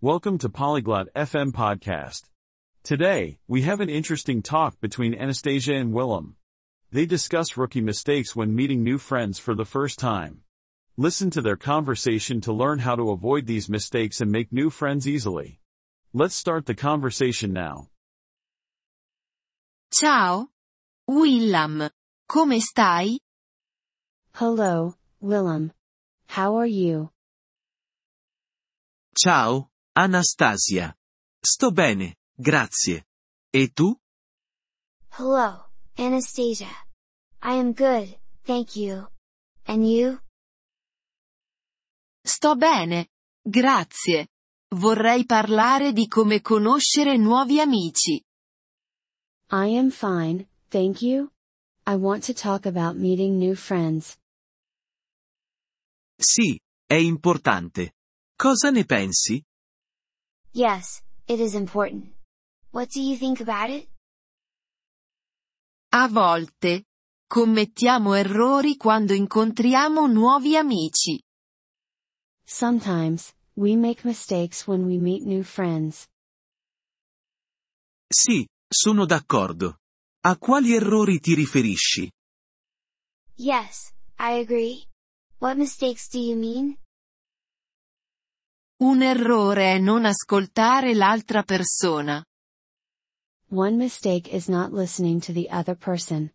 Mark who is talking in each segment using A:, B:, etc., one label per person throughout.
A: Welcome to Polyglot FM podcast. Today, we have an interesting talk between Anastasia and Willem. They discuss rookie mistakes when meeting new friends for the first time. Listen to their conversation to learn how to avoid these mistakes and make new friends easily. Let's start the conversation now.
B: Ciao. Willam. Come stai?
C: Hello, Willem. How are you?
D: Ciao, Anastasia. Sto bene, grazie. E tu?
E: Hello, Anastasia. I am good, thank you. And you?
B: Sto bene. Grazie. Vorrei parlare di come conoscere nuovi amici.
C: I am fine, thank you. I want to talk about meeting new friends.
D: Sì, è importante. Cosa ne pensi?
E: Yes, it is important. What do you think about it?
B: A volte. Commettiamo errori quando incontriamo nuovi amici.
C: Sometimes, we make mistakes when we meet new friends.
D: Sì, sono d'accordo. A quali errori ti riferisci?
E: Yes, I agree. What mistakes do you mean?
B: Un errore è non ascoltare l'altra persona.
C: One mistake is not listening to the other person.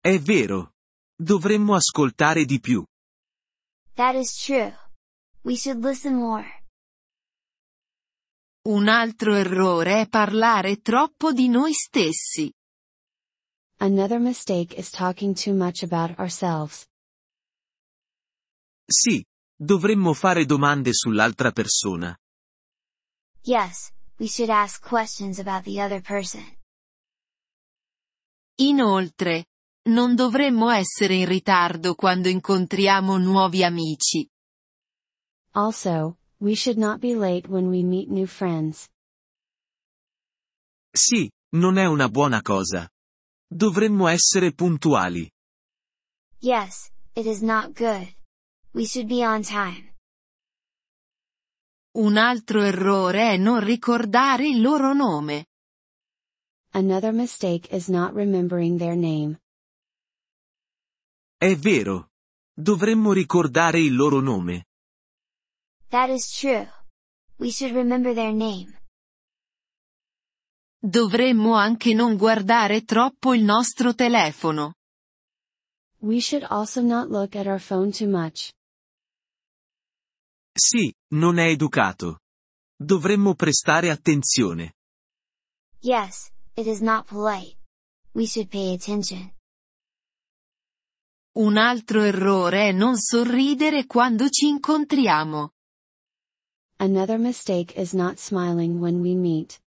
D: È vero. Dovremmo ascoltare di più.
E: That is true. We should listen more.
B: Un altro errore è parlare troppo di noi stessi.
C: Another mistake is talking too much about ourselves.
D: Sì, dovremmo fare domande sull'altra persona.
E: Yes, we should ask questions about the other person.
B: Inoltre, non dovremmo essere in ritardo quando incontriamo nuovi amici.
C: Also, we should not be late when we meet new friends.
D: Sì, non è una buona cosa. Dovremmo essere puntuali.
E: Yes, it is not good. We should be on time.
B: Un altro errore è non ricordare il loro nome.
C: Another mistake is not remembering their name.
D: È vero. Dovremmo ricordare il loro nome.
E: That is true. We should remember their name.
B: Dovremmo anche non guardare troppo il nostro telefono.
C: We should also not look at our phone too much.
D: Sì, non è educato. Dovremmo prestare attenzione.
E: Yes, it is not polite. We should pay attention.
B: Un altro errore è non sorridere quando ci incontriamo.
C: Another mistake is not smiling when we meet.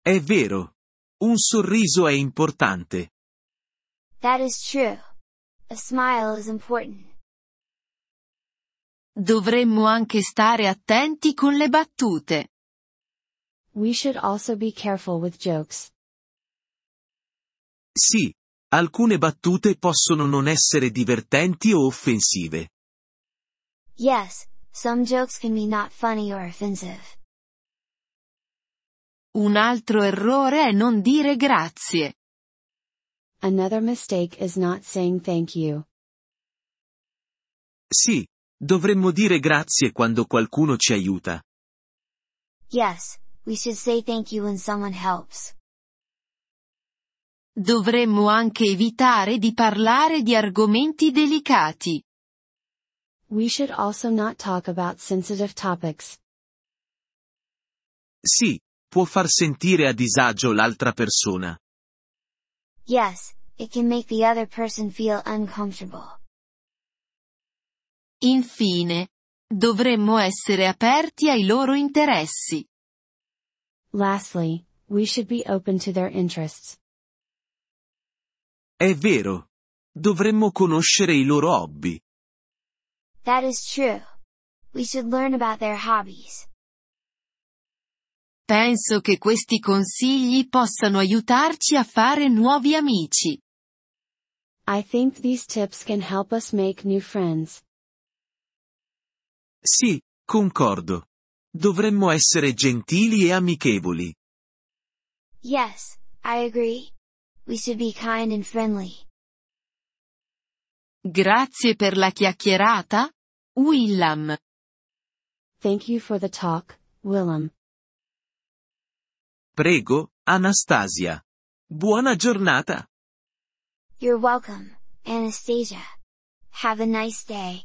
D: È vero. Un sorriso è importante.
E: That is true. A smile is important.
B: Dovremmo anche stare attenti con le battute.
C: We should also be careful with jokes.
D: Sì, alcune battute possono non essere divertenti o offensive.
E: Yes, some jokes can be not funny or offensive.
B: Un altro errore è non dire grazie.
C: Another mistake is not saying thank you.
D: Sì, dovremmo dire grazie quando qualcuno ci aiuta.
E: Yes, we should say thank you when someone helps.
B: Dovremmo anche evitare di parlare di argomenti delicati.
C: We should also not talk about sensitive topics.
D: Sì, può far sentire a disagio l'altra persona.
E: Yes, it can make the other person feel uncomfortable.
B: Infine, dovremmo essere aperti ai loro interessi.
C: Lastly, we should be open to their interests.
D: È vero. Dovremmo conoscere i loro hobby.
E: That is true. We should learn about their hobbies.
B: Penso che questi consigli possano aiutarci a fare nuovi amici.
C: I think these tips can help us make new friends.
D: Sì, concordo. Dovremmo essere gentili e amichevoli.
E: Yes, I agree. We should be kind and friendly.
B: Grazie per la chiacchierata, Willam.
C: Thank you for the talk, Willem.
D: Prego, Anastasia. Buona giornata.
E: You're welcome, Anastasia. Have a nice day.